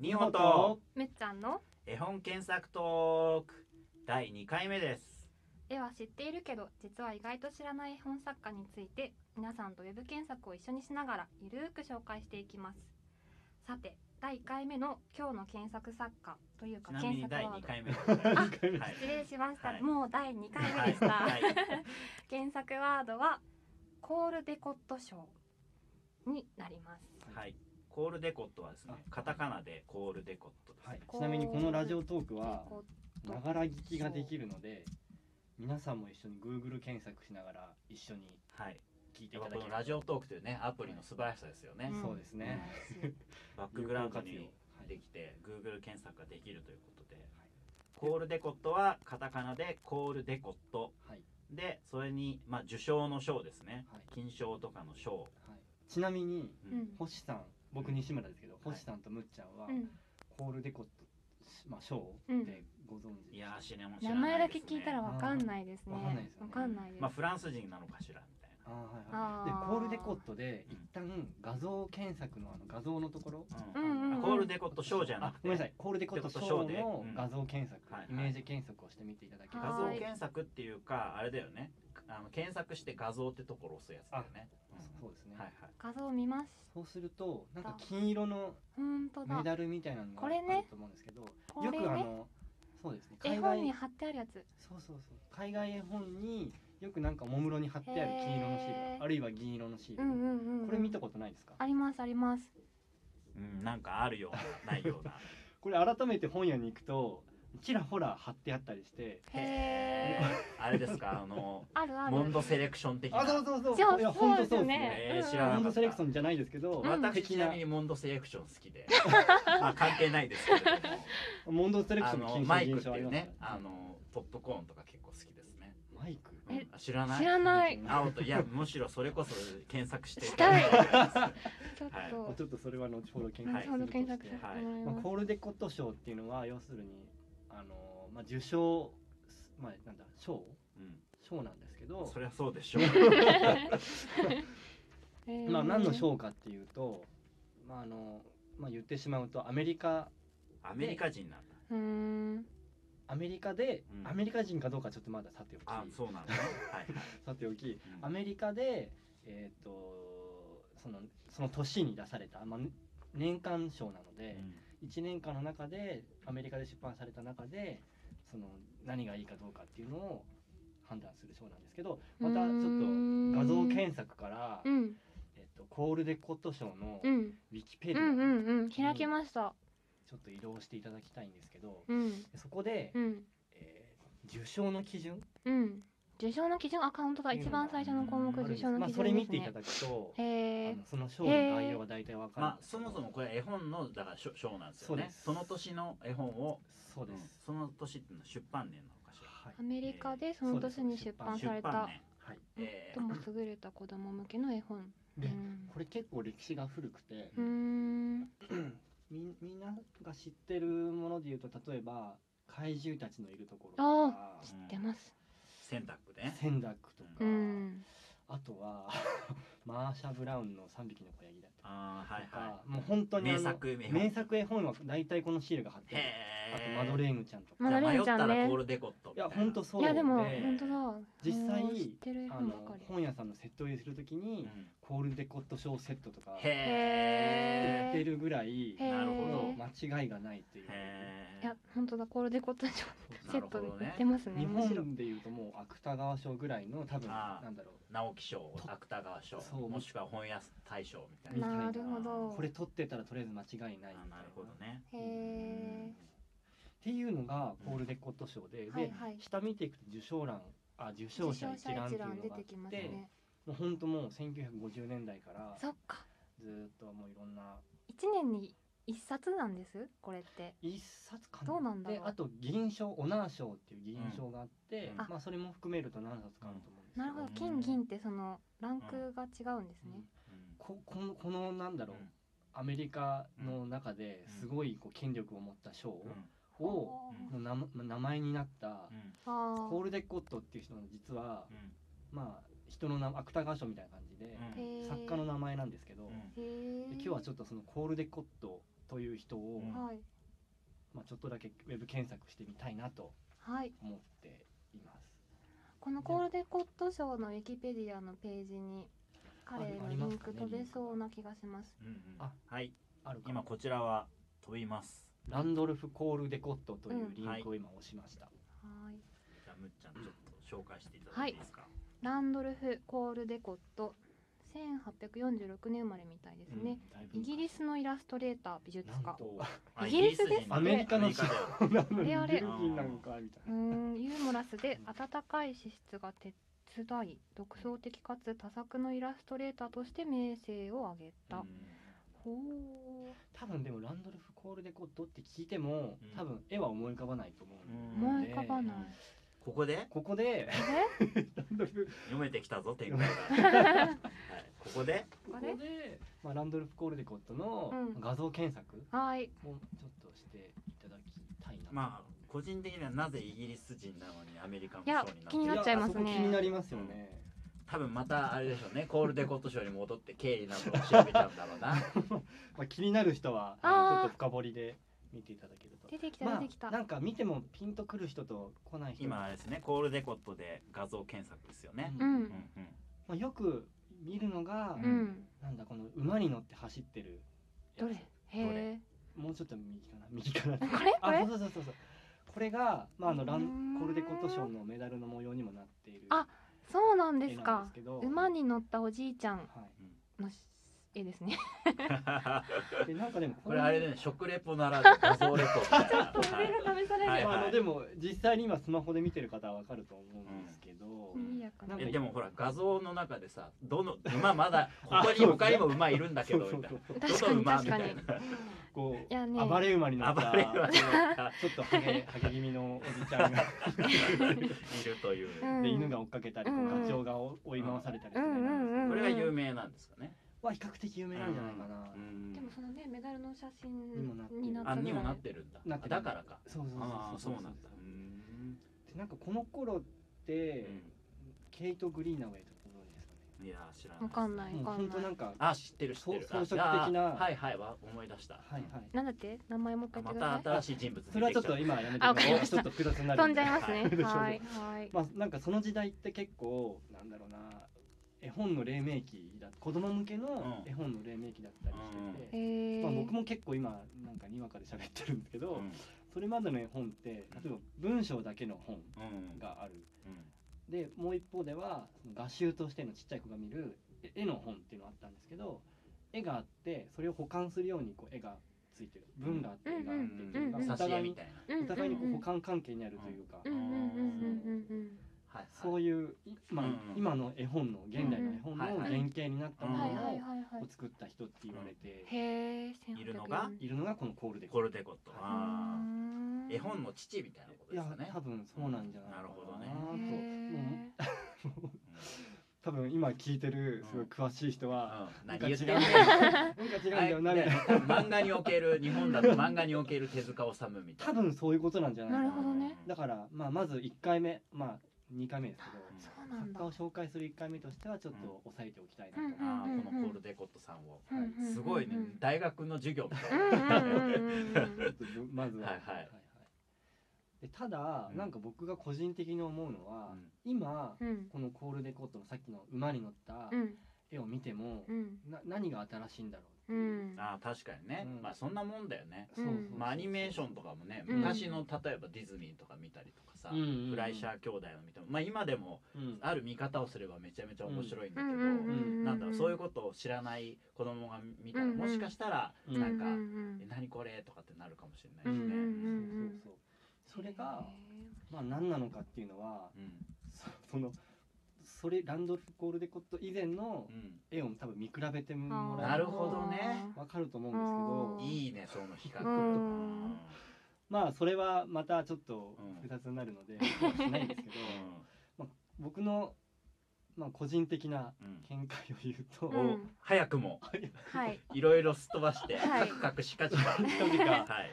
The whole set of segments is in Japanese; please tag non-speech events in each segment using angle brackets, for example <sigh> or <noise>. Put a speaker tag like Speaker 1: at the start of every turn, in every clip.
Speaker 1: 日本と
Speaker 2: むっちゃんの
Speaker 1: 絵本検索トーク第2回目です
Speaker 2: 絵は知っているけど実は意外と知らない絵本作家について皆さんとウェブ検索を一緒にしながらゆるーく紹介していきますさて第1回目の今日の検索作家という
Speaker 1: ち
Speaker 2: か
Speaker 1: なみに
Speaker 2: 検索
Speaker 1: 第
Speaker 2: ワー
Speaker 1: 2
Speaker 2: ド
Speaker 1: 回目でございます
Speaker 3: 回目
Speaker 1: はい
Speaker 2: 失礼しました、
Speaker 1: はい
Speaker 2: もう第2回目でした、
Speaker 1: はいはい
Speaker 2: 検索ワードはコールデコット賞になります
Speaker 1: はいコールデコットはですねカタカナでコールデコットです、
Speaker 3: はい、ちなみにこのラジオトークは
Speaker 2: デコ
Speaker 3: ながら聞きができるので皆さんも一緒に Google 検索しながら一緒に
Speaker 1: はい、
Speaker 3: 聞いて
Speaker 1: や
Speaker 3: い
Speaker 1: ったぱこ
Speaker 3: だけ
Speaker 1: の
Speaker 3: れば
Speaker 1: ラジオトークというねアプリの素晴らしさですよね、
Speaker 2: うん
Speaker 3: そうですね
Speaker 2: 素晴らしい
Speaker 1: バックグラウンド
Speaker 3: 有
Speaker 1: に
Speaker 3: 効活用はい
Speaker 1: できて Google 検索ができるということで、コールデコットはカタカナでコールデコット
Speaker 3: はい
Speaker 1: でそれに、まあ、受賞の賞ですね
Speaker 3: はい
Speaker 1: 金賞とかの賞、
Speaker 3: はい、ちなみに
Speaker 1: う
Speaker 2: うん
Speaker 3: 星さん僕西村ですけど、星さんとむっちゃんは、
Speaker 2: うん
Speaker 3: コールデコット、まあ、ショーでご存知
Speaker 1: いやー知らん知
Speaker 2: 名
Speaker 1: ら
Speaker 2: 前
Speaker 1: な
Speaker 2: だ
Speaker 1: い
Speaker 2: け
Speaker 1: です、ね、
Speaker 2: 聞いたらわかんないですね。
Speaker 3: わかんないですよね
Speaker 2: わかんないです。
Speaker 1: まあフランス人なのかしらみたい
Speaker 3: あー
Speaker 2: あ
Speaker 3: は
Speaker 2: ー
Speaker 3: いはい、でコールデコットで一旦画像検索のあの画像のところ
Speaker 1: な、うん
Speaker 2: うんうんうん
Speaker 1: あコールデコット賞じゃな
Speaker 3: あ
Speaker 1: く
Speaker 3: ご
Speaker 1: て
Speaker 3: めんなさいコールデコットショーの
Speaker 1: うん
Speaker 3: 画像検索、
Speaker 1: はいはい
Speaker 3: イメージ検索をしてみていただければ
Speaker 1: 画
Speaker 2: は
Speaker 1: 像
Speaker 2: い
Speaker 1: 検索っていうかあれだよねあの検索して画像ってところを押すやつだよね、うん
Speaker 3: そうですね、
Speaker 1: はいはい
Speaker 2: 画像見ます。
Speaker 3: そうするとなんか金色の
Speaker 2: 本当
Speaker 3: メ
Speaker 2: だ。
Speaker 3: ダルみたいなのが
Speaker 2: こ
Speaker 3: あ
Speaker 2: れ
Speaker 3: る
Speaker 2: ね
Speaker 3: と思うんですけど、
Speaker 2: こ
Speaker 3: よ
Speaker 2: れ
Speaker 3: くあ
Speaker 2: ね、
Speaker 3: のそうですね
Speaker 2: 絵
Speaker 3: 海
Speaker 2: 本
Speaker 3: 外
Speaker 2: に貼ってあるやつ。
Speaker 3: そうそうそう海外絵本によくなんかおもむろに貼ってある金色のシー
Speaker 2: へー
Speaker 3: ルあるいは銀色のシール、
Speaker 2: うんうんうんうん。
Speaker 3: これ見たことないですか
Speaker 2: ありますあります。
Speaker 1: うん、なんかあるようなないような
Speaker 3: これ改めて本屋に行くとちらほら貼ってあったりして
Speaker 2: へえ。
Speaker 1: あれですかあの
Speaker 2: ある <laughs> ある。
Speaker 1: モンドセレクション的な
Speaker 3: あそうそうそう
Speaker 2: じゃあ
Speaker 3: いや本当そ
Speaker 2: そ
Speaker 3: う
Speaker 2: ですよ
Speaker 3: うです
Speaker 2: ね
Speaker 3: ね
Speaker 1: えー知らなか
Speaker 3: モ
Speaker 1: った
Speaker 3: ンドセレクションじゃないですけど、
Speaker 2: うん
Speaker 1: 私ちなみにモンドセレクション好
Speaker 2: <laughs>
Speaker 1: きでまあ関係ないですけれども
Speaker 3: モンドセレクシ
Speaker 1: あ
Speaker 3: ョンの
Speaker 1: の
Speaker 3: 金
Speaker 1: マイ
Speaker 3: 賞
Speaker 1: ク
Speaker 3: 銀
Speaker 1: って
Speaker 3: 賞あ
Speaker 1: い
Speaker 3: り
Speaker 1: う
Speaker 3: ます
Speaker 1: ね
Speaker 3: から
Speaker 1: あのポップコーンとか結構好きですね、
Speaker 3: マイク
Speaker 1: うん
Speaker 2: え
Speaker 1: 知らない
Speaker 2: 知らない。
Speaker 1: あおといやむしろそれこそ検索して
Speaker 2: したい
Speaker 1: ただきたいで
Speaker 2: ちょっ
Speaker 1: はい
Speaker 3: まあ
Speaker 2: と
Speaker 3: ちょっとそれは後ほど検索
Speaker 2: 後
Speaker 3: す
Speaker 2: ほど
Speaker 3: るとして
Speaker 2: 検索させてもらい
Speaker 3: まあ、
Speaker 2: ます。
Speaker 3: コールデコット賞っていうのは要するにあの、まあ、受賞、まあ、なんだ賞
Speaker 1: す、
Speaker 3: 賞なんですけ
Speaker 1: うん、
Speaker 3: ど
Speaker 1: そりゃそうで
Speaker 3: <laughs>
Speaker 1: しょう
Speaker 2: へー
Speaker 3: まあ、何の賞かっていうと、まああのまあ、言ってしまうとアメリカ
Speaker 1: アメリカ人なんだ
Speaker 2: うーん。
Speaker 3: アメリカで、
Speaker 1: うん
Speaker 3: アメリカ人かどうかちょっとまださておき
Speaker 1: あそうなんだねはいはい
Speaker 3: さておき
Speaker 1: うん
Speaker 3: アメリカでえっ、とそのその年に出された、まあ、ね年間賞なので、1年間の中でアメリカで出版された中でその何がいいかどうかっていうのを判断する賞なんですけどまたち
Speaker 2: う
Speaker 3: ょっ
Speaker 2: ーん
Speaker 3: と画像検索から、
Speaker 2: うん
Speaker 3: えっと、コールデコット賞の
Speaker 2: うん
Speaker 3: ウィキペ
Speaker 2: う
Speaker 3: ディ
Speaker 2: んう
Speaker 3: アに
Speaker 2: んうん開きました。
Speaker 3: ちょっと移動していただきたいんですけど
Speaker 2: うん
Speaker 3: そこで、
Speaker 2: うん
Speaker 3: えー受賞の基準って
Speaker 2: うん。受賞の基準アカウントだ一番最初の項目
Speaker 3: あるん
Speaker 2: 受
Speaker 3: です
Speaker 2: 賞の
Speaker 3: まあ、
Speaker 2: 基
Speaker 3: そ
Speaker 2: 準で
Speaker 3: れ
Speaker 2: すね。
Speaker 3: 見ていただくと、
Speaker 2: へ
Speaker 3: あ
Speaker 2: え
Speaker 3: の。その賞の概要が大体わかるん
Speaker 1: まあ
Speaker 3: ですけ
Speaker 1: そ
Speaker 3: ど
Speaker 1: もそもこれ絵本のだからしょ賞なんですよ
Speaker 3: そう
Speaker 1: ね
Speaker 3: です
Speaker 1: その年の絵本を
Speaker 3: そうで
Speaker 1: うん
Speaker 3: す、
Speaker 1: その年っていうのは出版年なのかし
Speaker 3: はい
Speaker 2: アメリカでその年に出
Speaker 3: あ
Speaker 1: ら
Speaker 2: 版
Speaker 3: そう
Speaker 1: 出
Speaker 2: され
Speaker 1: 版
Speaker 2: た
Speaker 1: 年
Speaker 3: はい、
Speaker 1: え
Speaker 2: 最も優れた子供向けの絵本。う
Speaker 3: で
Speaker 2: ん
Speaker 3: これ結構歴史が古くて、
Speaker 2: うーん。
Speaker 3: みみんなが知ってるものでいうと例えば怪獣たちのいるところと
Speaker 2: あ
Speaker 3: か
Speaker 2: あ、知
Speaker 1: ー
Speaker 2: ってます。
Speaker 1: 選択ね
Speaker 3: 千楽とか、
Speaker 2: うん。
Speaker 3: あとは <laughs> マーシャ・ブラウンの「3匹の子ヤギ」だった
Speaker 1: ああは
Speaker 3: り
Speaker 1: い
Speaker 3: とか、
Speaker 1: は
Speaker 3: もう本当
Speaker 1: い
Speaker 3: にあ
Speaker 1: 名
Speaker 3: の
Speaker 1: 作名
Speaker 3: 名作絵本は大体このシールが貼ってある
Speaker 1: へ
Speaker 3: あと
Speaker 1: え
Speaker 3: マドレーヌちゃんとか、
Speaker 2: マドレー
Speaker 1: 迷
Speaker 2: ヌ
Speaker 1: っ
Speaker 2: ちゃ
Speaker 1: た
Speaker 2: んね
Speaker 1: らコールデコット
Speaker 3: いや本当そう
Speaker 2: いやでも
Speaker 1: ね
Speaker 2: 本当だ。
Speaker 3: 実際
Speaker 2: うん知ってる絵
Speaker 3: あ
Speaker 2: 本ば
Speaker 3: の
Speaker 2: かり。
Speaker 3: 本屋さんのセット売りするときに、
Speaker 1: うん
Speaker 3: コールデコット賞セットとか売
Speaker 1: へえ
Speaker 2: へ
Speaker 3: ってるぐらい
Speaker 2: へえ
Speaker 1: なるほど
Speaker 3: もう間違いがないっていう
Speaker 1: へ
Speaker 2: いや本当だコールデコット賞
Speaker 1: ーな
Speaker 2: セッ
Speaker 1: るほ
Speaker 2: トで
Speaker 1: ど
Speaker 2: 売
Speaker 1: ね
Speaker 2: ってますね。
Speaker 3: 日
Speaker 2: 面白い。
Speaker 3: 本でいうともう芥川賞ぐらいの多分
Speaker 1: あー
Speaker 3: なんだろう
Speaker 1: 直木賞芥川賞
Speaker 3: そう
Speaker 1: もしくは本屋大賞みたい
Speaker 3: みたい
Speaker 1: な
Speaker 3: な
Speaker 2: なるほど。
Speaker 3: これ取ってたらとりあえず間違いないみたい
Speaker 1: あなるほどね
Speaker 2: へ
Speaker 1: うん
Speaker 2: え。
Speaker 3: っていうのがコールデコット賞で、
Speaker 2: はい
Speaker 3: で
Speaker 2: はい。
Speaker 3: 下見ていくと受賞欄あ受賞
Speaker 2: 受
Speaker 3: 者
Speaker 2: 賞
Speaker 3: 一
Speaker 2: 者
Speaker 3: 覧っていうの
Speaker 2: 一
Speaker 3: があって
Speaker 2: 覧出てきますね。
Speaker 3: もうほんともう1950年代から
Speaker 2: そっか。
Speaker 3: ずーっともういろんな
Speaker 2: 一年に一冊なんですこれって。
Speaker 3: 一冊かな
Speaker 2: どうなんだろう
Speaker 3: であと議員賞オナー賞っていう議員賞があって、
Speaker 1: うん
Speaker 2: あ
Speaker 3: まあ、それも含めると何冊かあると思うんですけど
Speaker 2: なるほど
Speaker 1: うん
Speaker 2: 金銀ってそのランクが違うんですね。
Speaker 1: うん
Speaker 3: ここのこのなんだろう、
Speaker 1: うん
Speaker 3: アメリカの中
Speaker 1: う
Speaker 3: で
Speaker 1: ん
Speaker 3: すごいこう権力を持った賞
Speaker 1: うん
Speaker 3: を、
Speaker 1: うん
Speaker 3: の名名前になった
Speaker 1: うん
Speaker 2: ああ。
Speaker 3: コールデコットっていう人の実は、
Speaker 1: うん
Speaker 3: まあ人の名芥川賞みたいな感じで、
Speaker 1: うん
Speaker 2: へー
Speaker 3: 作家の名前なんですけど、
Speaker 1: うん
Speaker 2: へえ
Speaker 3: で今日はちょっとそのコールデコットという人を、
Speaker 1: うん
Speaker 2: はい
Speaker 3: まあ、ちょっとだけウェブ検索してみたいなと
Speaker 2: はい
Speaker 3: 思っています。
Speaker 2: このコールデコット賞のウィキペディアのページに彼の
Speaker 3: あ
Speaker 2: リ
Speaker 3: りますかね
Speaker 2: ンク飛べそうな気がします。
Speaker 1: うんうん
Speaker 3: あ
Speaker 1: はい
Speaker 3: あるか
Speaker 1: 今こちらは飛びます
Speaker 3: ランドルフ・コールデコットというリ
Speaker 1: うんは
Speaker 3: ン
Speaker 1: い
Speaker 3: クを今押しました。
Speaker 2: はい。
Speaker 1: じゃあむっちゃんちょっと紹介していただいていいですか、
Speaker 2: ランドルフ・コールデコット1846年生まれみたいですね、
Speaker 3: だいぶ
Speaker 2: イ
Speaker 3: <laughs>
Speaker 2: ギリスのイラストレーター美術
Speaker 3: なん
Speaker 2: 家
Speaker 3: と
Speaker 1: あ
Speaker 2: イギリスですね
Speaker 1: 人だ
Speaker 3: アメリカの
Speaker 1: アメリカだよ
Speaker 3: なのに
Speaker 2: あれ
Speaker 3: イギリス人なんかみたいうな。
Speaker 2: ーんユーモラスで温かい資質が手伝い独創的かつ多作のイラストレーターとして名声を挙げた、ほう
Speaker 3: 多分でもランドルフ・コールデコットって聞いても
Speaker 1: うん
Speaker 3: 多分絵は思い浮かばないと思う
Speaker 1: うん
Speaker 3: で、
Speaker 1: ん
Speaker 2: 思い浮かばない、
Speaker 1: ここで
Speaker 3: ここで
Speaker 2: あ
Speaker 3: <laughs> ランドルフ
Speaker 1: 読めてきたぞ展開が、はい、ここで
Speaker 3: ここ
Speaker 2: れ
Speaker 3: で、まあ、ランドルフ・コールデコットの
Speaker 2: うん
Speaker 3: 画像検索
Speaker 2: れはい
Speaker 3: もちょっとしていただきたいな。
Speaker 1: まあ個人的にはなぜイギリス人なのにアメリカの
Speaker 2: いや
Speaker 1: 人になっ
Speaker 2: 気
Speaker 1: て
Speaker 2: になっ
Speaker 1: る
Speaker 2: ちゃいますね
Speaker 3: やあそこ気になりますよね。
Speaker 1: 多分またあれでしょうねコールデコット賞に戻って経理などを調べちゃうんだろうな
Speaker 3: まあ、気になる人はちょっ
Speaker 2: あー
Speaker 3: と深掘りで見ていただけると。
Speaker 2: 出てきた
Speaker 3: ま
Speaker 2: 出てきた、
Speaker 3: あ、なんか見てもピンとくる人と来ない人
Speaker 1: 今あれですねコールデコットで画像検索ですよね、
Speaker 2: う
Speaker 1: うん
Speaker 2: ん
Speaker 1: うん
Speaker 3: まあ、よく見るのが、
Speaker 2: うん、
Speaker 3: なんだこの馬に乗って走ってるやつ
Speaker 2: どれへ
Speaker 3: もうちょっと右かな <laughs> 右かな
Speaker 2: <laughs> えこれこ
Speaker 3: あ
Speaker 2: れ
Speaker 3: そうそうそうそうこれが、まあ、あのラ
Speaker 2: うー
Speaker 3: ン
Speaker 2: ん
Speaker 3: コルデコット賞のメダルの模様にもなっている
Speaker 2: あそうなん
Speaker 3: 絵
Speaker 2: ですか
Speaker 3: なんですけど
Speaker 2: 馬に乗ったおじいちゃん
Speaker 3: は
Speaker 2: の絵で
Speaker 3: <laughs>
Speaker 2: すね
Speaker 3: い、でなんかでも
Speaker 1: これあれ
Speaker 3: で、
Speaker 1: でね食レポなら
Speaker 2: <laughs>
Speaker 1: ぬ画像レポみたいな
Speaker 2: ちょっと腕が試される、
Speaker 1: はい
Speaker 3: まあ、あ
Speaker 1: は
Speaker 3: の
Speaker 1: い
Speaker 3: でも実際に今スマホで見てる方はわかると思うんですけど、
Speaker 2: 賑やか
Speaker 3: な
Speaker 2: な
Speaker 3: ん
Speaker 1: え
Speaker 3: か
Speaker 1: でもほら画像の中でさどの <laughs> 馬まだここに他にも馬いるんだけどみたい
Speaker 3: そうそう
Speaker 2: 確かに
Speaker 1: どの馬
Speaker 2: 確かに
Speaker 1: みたい
Speaker 3: こ
Speaker 2: いや
Speaker 3: う、
Speaker 2: ね
Speaker 3: 暴れ馬に乗
Speaker 1: な
Speaker 3: った
Speaker 1: 暴れ馬が
Speaker 3: ちょっとハゲハゲ気味のおじちゃんが
Speaker 1: いるという、
Speaker 2: <laughs> うん
Speaker 3: で犬が追っかけたりこう
Speaker 2: うんうん
Speaker 3: ガチョウが追追い回されたりす
Speaker 2: う
Speaker 3: る
Speaker 2: んうんうんうん
Speaker 1: これが有名なんですかね、
Speaker 3: は比較的有名なんじゃないかな、
Speaker 1: うん
Speaker 2: でもそのねメダルの写真
Speaker 3: にもなってる
Speaker 2: になった
Speaker 1: あ
Speaker 2: ぐらい
Speaker 1: にもなってるんだ
Speaker 3: なってる
Speaker 1: だからか
Speaker 3: そうそう
Speaker 1: ああ
Speaker 3: そ
Speaker 1: そうう
Speaker 3: そ
Speaker 1: な
Speaker 3: うん
Speaker 1: だうん
Speaker 3: でなんかこの頃って、ケイト・グリーナウェイとかご存知ですかね
Speaker 1: いや知らない
Speaker 2: わかんない
Speaker 3: もう
Speaker 2: わか
Speaker 3: 本
Speaker 2: ん
Speaker 3: 当
Speaker 2: な
Speaker 3: ないんか
Speaker 1: あ知ってる知ってる
Speaker 3: そう装飾的な
Speaker 1: あはいはいわ思い出した
Speaker 3: はいはい
Speaker 2: なんだって名前もう一回
Speaker 1: ま
Speaker 2: 言ってくだ
Speaker 1: た
Speaker 2: さい
Speaker 1: 新しい人物
Speaker 3: それはちょっと今やめてくださ
Speaker 2: あわかり
Speaker 3: い
Speaker 2: まし
Speaker 3: ちょ
Speaker 2: た
Speaker 3: っと複雑になる
Speaker 2: 飛んじゃいますね
Speaker 3: はい
Speaker 2: はいはい
Speaker 3: まあなんかその時代って結構なんだろうな絵本の黎明期だ子供向けの
Speaker 1: うん
Speaker 3: 絵本の黎明期だったりしてて、
Speaker 2: えー
Speaker 3: まあ、僕も結構今なんかにわかで喋ってるんですけど、
Speaker 1: うん
Speaker 3: それまでの絵本って例えば文章だけの本
Speaker 1: うん
Speaker 3: がある
Speaker 1: うん
Speaker 3: でもう一方ではその画集としてのちっちゃい子が見るえ絵の本っていうのがあったんですけど絵があってそれを保管するようにこう絵がついてる文があって絵があってっていうのが
Speaker 2: うん
Speaker 3: お
Speaker 1: 挿
Speaker 3: 互
Speaker 1: 絵
Speaker 3: い
Speaker 1: み
Speaker 3: に
Speaker 1: たいな
Speaker 2: うんうんうん
Speaker 3: お互いにこう保管関係にあるというか、
Speaker 2: うんうんうんうんうんうん
Speaker 1: はい
Speaker 3: そういう、いまあ
Speaker 1: うんうん
Speaker 3: 今の絵本の現代の絵本の
Speaker 1: うんうん
Speaker 3: 原型になったもの
Speaker 2: はいはいはい
Speaker 3: を
Speaker 2: はい
Speaker 3: こう作った人って言われて
Speaker 2: へえ1800
Speaker 1: いるのが
Speaker 3: いるのがこのコールデ
Speaker 1: コルデコット
Speaker 3: はい
Speaker 1: あ
Speaker 2: うーん
Speaker 1: ー絵本の父みたいなこと
Speaker 3: い
Speaker 1: で
Speaker 3: や
Speaker 1: すかね
Speaker 3: 多分そうなんじゃないかな
Speaker 1: なるほどね
Speaker 3: と
Speaker 2: へ
Speaker 3: うん
Speaker 2: ー
Speaker 3: 多分今聞いてるすごい詳しい人
Speaker 1: う
Speaker 3: は、
Speaker 1: ん
Speaker 3: な
Speaker 1: 何
Speaker 3: んか
Speaker 1: 言っ
Speaker 3: 違う
Speaker 1: て
Speaker 3: ん
Speaker 1: ん
Speaker 3: だ
Speaker 1: ね
Speaker 3: よなんか違うんだ <laughs> よなみたいな
Speaker 1: はい多分漫画における日本だと漫画における手塚治虫みた
Speaker 3: 多
Speaker 1: いな
Speaker 3: 分そういうことなんじゃないか
Speaker 2: なるほどね
Speaker 3: だから、まあ、まず1回目、まあ、2回目ですけど、
Speaker 2: そうなんだ
Speaker 3: 作家を紹介する1回目としてはちょっと抑えておきたいなと、
Speaker 2: うん
Speaker 1: あーこのコールデコットさんを
Speaker 2: うんうんうんうん
Speaker 1: すごいね大学の授業みた
Speaker 2: う
Speaker 1: い
Speaker 2: ん
Speaker 1: な
Speaker 2: うんうんうんうん
Speaker 3: ちょっとぶ <laughs> まずは。
Speaker 1: はいはい
Speaker 3: でただ、
Speaker 1: うん
Speaker 3: なんか僕が個人的に思うのは、
Speaker 1: うん
Speaker 3: 今、
Speaker 2: うん
Speaker 3: このコールデコットのさっきの馬に乗った
Speaker 2: うん
Speaker 3: 絵を見ても、
Speaker 2: うん
Speaker 3: な何が新しいんだろう、
Speaker 2: うん
Speaker 1: あー確かにね
Speaker 3: うん
Speaker 1: まあそんなもんだよね
Speaker 2: うん
Speaker 1: まあアニメーションとかもね
Speaker 2: うん
Speaker 1: 昔の例えばディズニーとか見たりとかさフライシャー
Speaker 3: ー、
Speaker 1: 兄弟を見てもまあ今でも
Speaker 3: うん
Speaker 1: ある見方をすればめちゃめちゃ面白いんだ
Speaker 2: う
Speaker 1: けど
Speaker 2: んうんうんうん
Speaker 1: なんだろうそういうことを知らない子供が見たら
Speaker 2: うんうん
Speaker 1: もしかしたら
Speaker 3: う
Speaker 1: なんか
Speaker 2: う
Speaker 1: 「え
Speaker 2: ん
Speaker 1: 何これ?」とかってなるかもしれないうし
Speaker 2: んうんう
Speaker 1: ね。
Speaker 2: ん
Speaker 3: そうそうそうそれが、まあ、何なのかっていうのは
Speaker 1: うん
Speaker 3: そそのそれランドルフ・コールデコット以前の
Speaker 1: うん
Speaker 3: 絵を多分見比べて
Speaker 2: へー
Speaker 3: もらえば
Speaker 1: なるほどね
Speaker 3: わかると思うんですけど
Speaker 1: いいねその比較。
Speaker 2: うん
Speaker 1: うん
Speaker 3: まあそれはまたちょっと
Speaker 1: うん
Speaker 3: 複雑になるので、今日はしないんですけど僕の、まあ、個人的な
Speaker 1: うん
Speaker 3: 見解を言うと、
Speaker 2: う
Speaker 1: うん
Speaker 2: ん
Speaker 1: お早くも
Speaker 2: はい
Speaker 1: いろいろすっ飛ばして
Speaker 2: は
Speaker 1: カ
Speaker 2: い
Speaker 1: クカクし
Speaker 2: <laughs>
Speaker 1: かじか。
Speaker 3: とにか
Speaker 1: はい。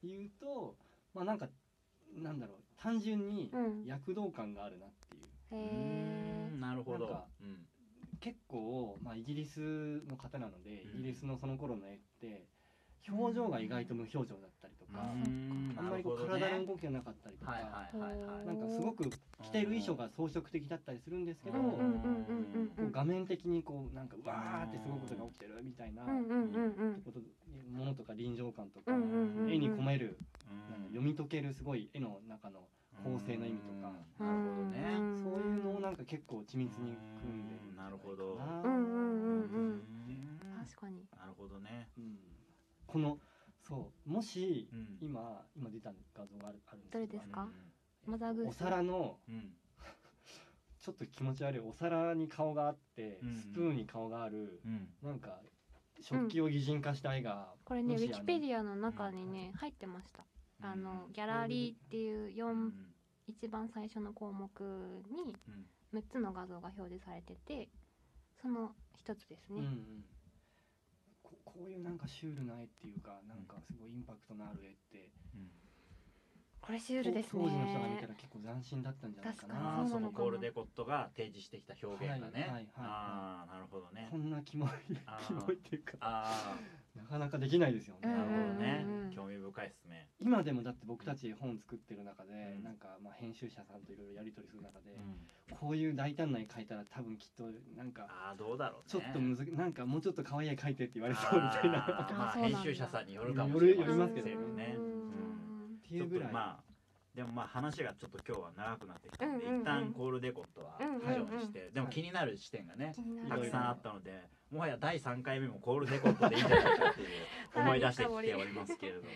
Speaker 3: く言うとまあなんかなんだろう単純に
Speaker 2: うん
Speaker 3: 躍動感があるなっていう、
Speaker 2: へ
Speaker 1: う
Speaker 2: え
Speaker 1: んなるほ
Speaker 3: なん
Speaker 1: ど
Speaker 3: か。
Speaker 1: うん
Speaker 3: 結構、まあ、イギリスの方なので、
Speaker 1: うん
Speaker 3: イギリスのその頃の絵って表情が意外と無表情だったりと
Speaker 1: う
Speaker 3: か、
Speaker 1: ん
Speaker 3: あんまりこう
Speaker 1: なるほどね
Speaker 3: 体の動きがなかったりとか、
Speaker 1: はいはいはいはい
Speaker 3: なんかすごく着ている衣装が装飾的だったりするんですけど、
Speaker 1: うん
Speaker 2: うんうんうん
Speaker 3: こう画面的にこうなんかうわーってすごいことが起きてるみたいな
Speaker 2: うんうんうんうん
Speaker 3: ことものとか臨場感とか、
Speaker 2: うんうんうんうん
Speaker 3: 絵に込める、
Speaker 1: うん
Speaker 3: なんか読み解けるすごい絵の中の構成の意味とか
Speaker 1: うんなるほど
Speaker 2: う
Speaker 1: ね
Speaker 2: ん
Speaker 3: そういうのをなんか結構緻密に組んでるんじゃいか
Speaker 1: なるほど
Speaker 2: うんうんうんうん
Speaker 1: うん
Speaker 2: 確かに
Speaker 1: なるほどね
Speaker 3: うんこのそうもし
Speaker 1: うん
Speaker 3: 今今出た画像があるあるんですけ
Speaker 2: ど
Speaker 3: ど
Speaker 2: れですか
Speaker 3: あの
Speaker 2: マザーグース
Speaker 3: お皿の
Speaker 1: うん
Speaker 3: ちょっと気持ち悪いお皿に顔があって、
Speaker 1: うんうん
Speaker 3: スプーンに顔がある
Speaker 1: うん
Speaker 3: なんか食器を擬人化した絵が、
Speaker 2: これね
Speaker 3: も
Speaker 2: ウ
Speaker 3: し
Speaker 2: ィキペディアの中にね入ってましたあのギャラリーっていう
Speaker 1: う
Speaker 2: 4
Speaker 1: ん
Speaker 2: 一番最初の項目に
Speaker 1: うん
Speaker 2: 6つの画像が表示されててその一つです
Speaker 3: うんう
Speaker 2: ね、
Speaker 3: んここういうなんかシュールな絵っていうかなんかすごいインパクトのある絵って
Speaker 1: うん
Speaker 2: これシュールですね
Speaker 3: 当時の人が見たら結構斬新だったんじゃないか
Speaker 2: 確
Speaker 3: な
Speaker 1: ああ
Speaker 2: に
Speaker 1: そ
Speaker 2: そうな
Speaker 1: の
Speaker 2: のかな
Speaker 1: コールデコットが提示してきた表現がね、
Speaker 3: はいはいはい
Speaker 1: ああなるほどね
Speaker 3: こんなキモい
Speaker 1: あー
Speaker 3: キモいっていうか
Speaker 1: あ
Speaker 3: なかなかできないですよ
Speaker 1: あ
Speaker 3: ね、
Speaker 2: うん
Speaker 1: なるほどね、
Speaker 2: うんうんうん
Speaker 1: 興味深いですね、
Speaker 3: 今でもだって僕たち絵本作ってる中で、
Speaker 1: うん
Speaker 3: なんかまあ編集者さんといろいろやり取りする中で、こういう大胆な絵描いたら多分きっとなんか
Speaker 1: ああどうだろうね
Speaker 3: ちょっとむず、なんかもうちょっと可愛い絵描いてって言われそうみた <laughs> いな
Speaker 1: あーまあ
Speaker 2: あそうなんだ
Speaker 1: 編集者さんによるかもしれ
Speaker 3: よ
Speaker 1: ま
Speaker 3: り
Speaker 1: せ
Speaker 3: ますけど
Speaker 1: んね
Speaker 2: う
Speaker 1: うん
Speaker 2: ん
Speaker 3: ってい
Speaker 1: ちょっ
Speaker 3: うぐ
Speaker 1: と
Speaker 3: らい、
Speaker 1: まあでもまあ話がちょっと今日は長くなってきたんで、
Speaker 2: うんうんうん
Speaker 1: 一旦コールデコットは以上にして、でも気になる視点がね、
Speaker 2: 気になる
Speaker 1: たくさんあったのでもはや第3回目もコールデコットでいいんじゃないかっていう
Speaker 2: はい
Speaker 1: 思い出してきておりますけれども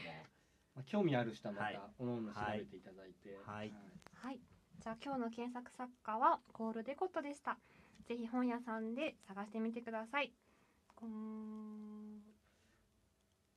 Speaker 3: まあ興味ある人はま
Speaker 1: はい
Speaker 3: たおのおの調べていただいて、
Speaker 1: はい
Speaker 2: はいじゃあ今日の検索作家はコールデコットでしたぜひ本屋さんで探してみてくださいこん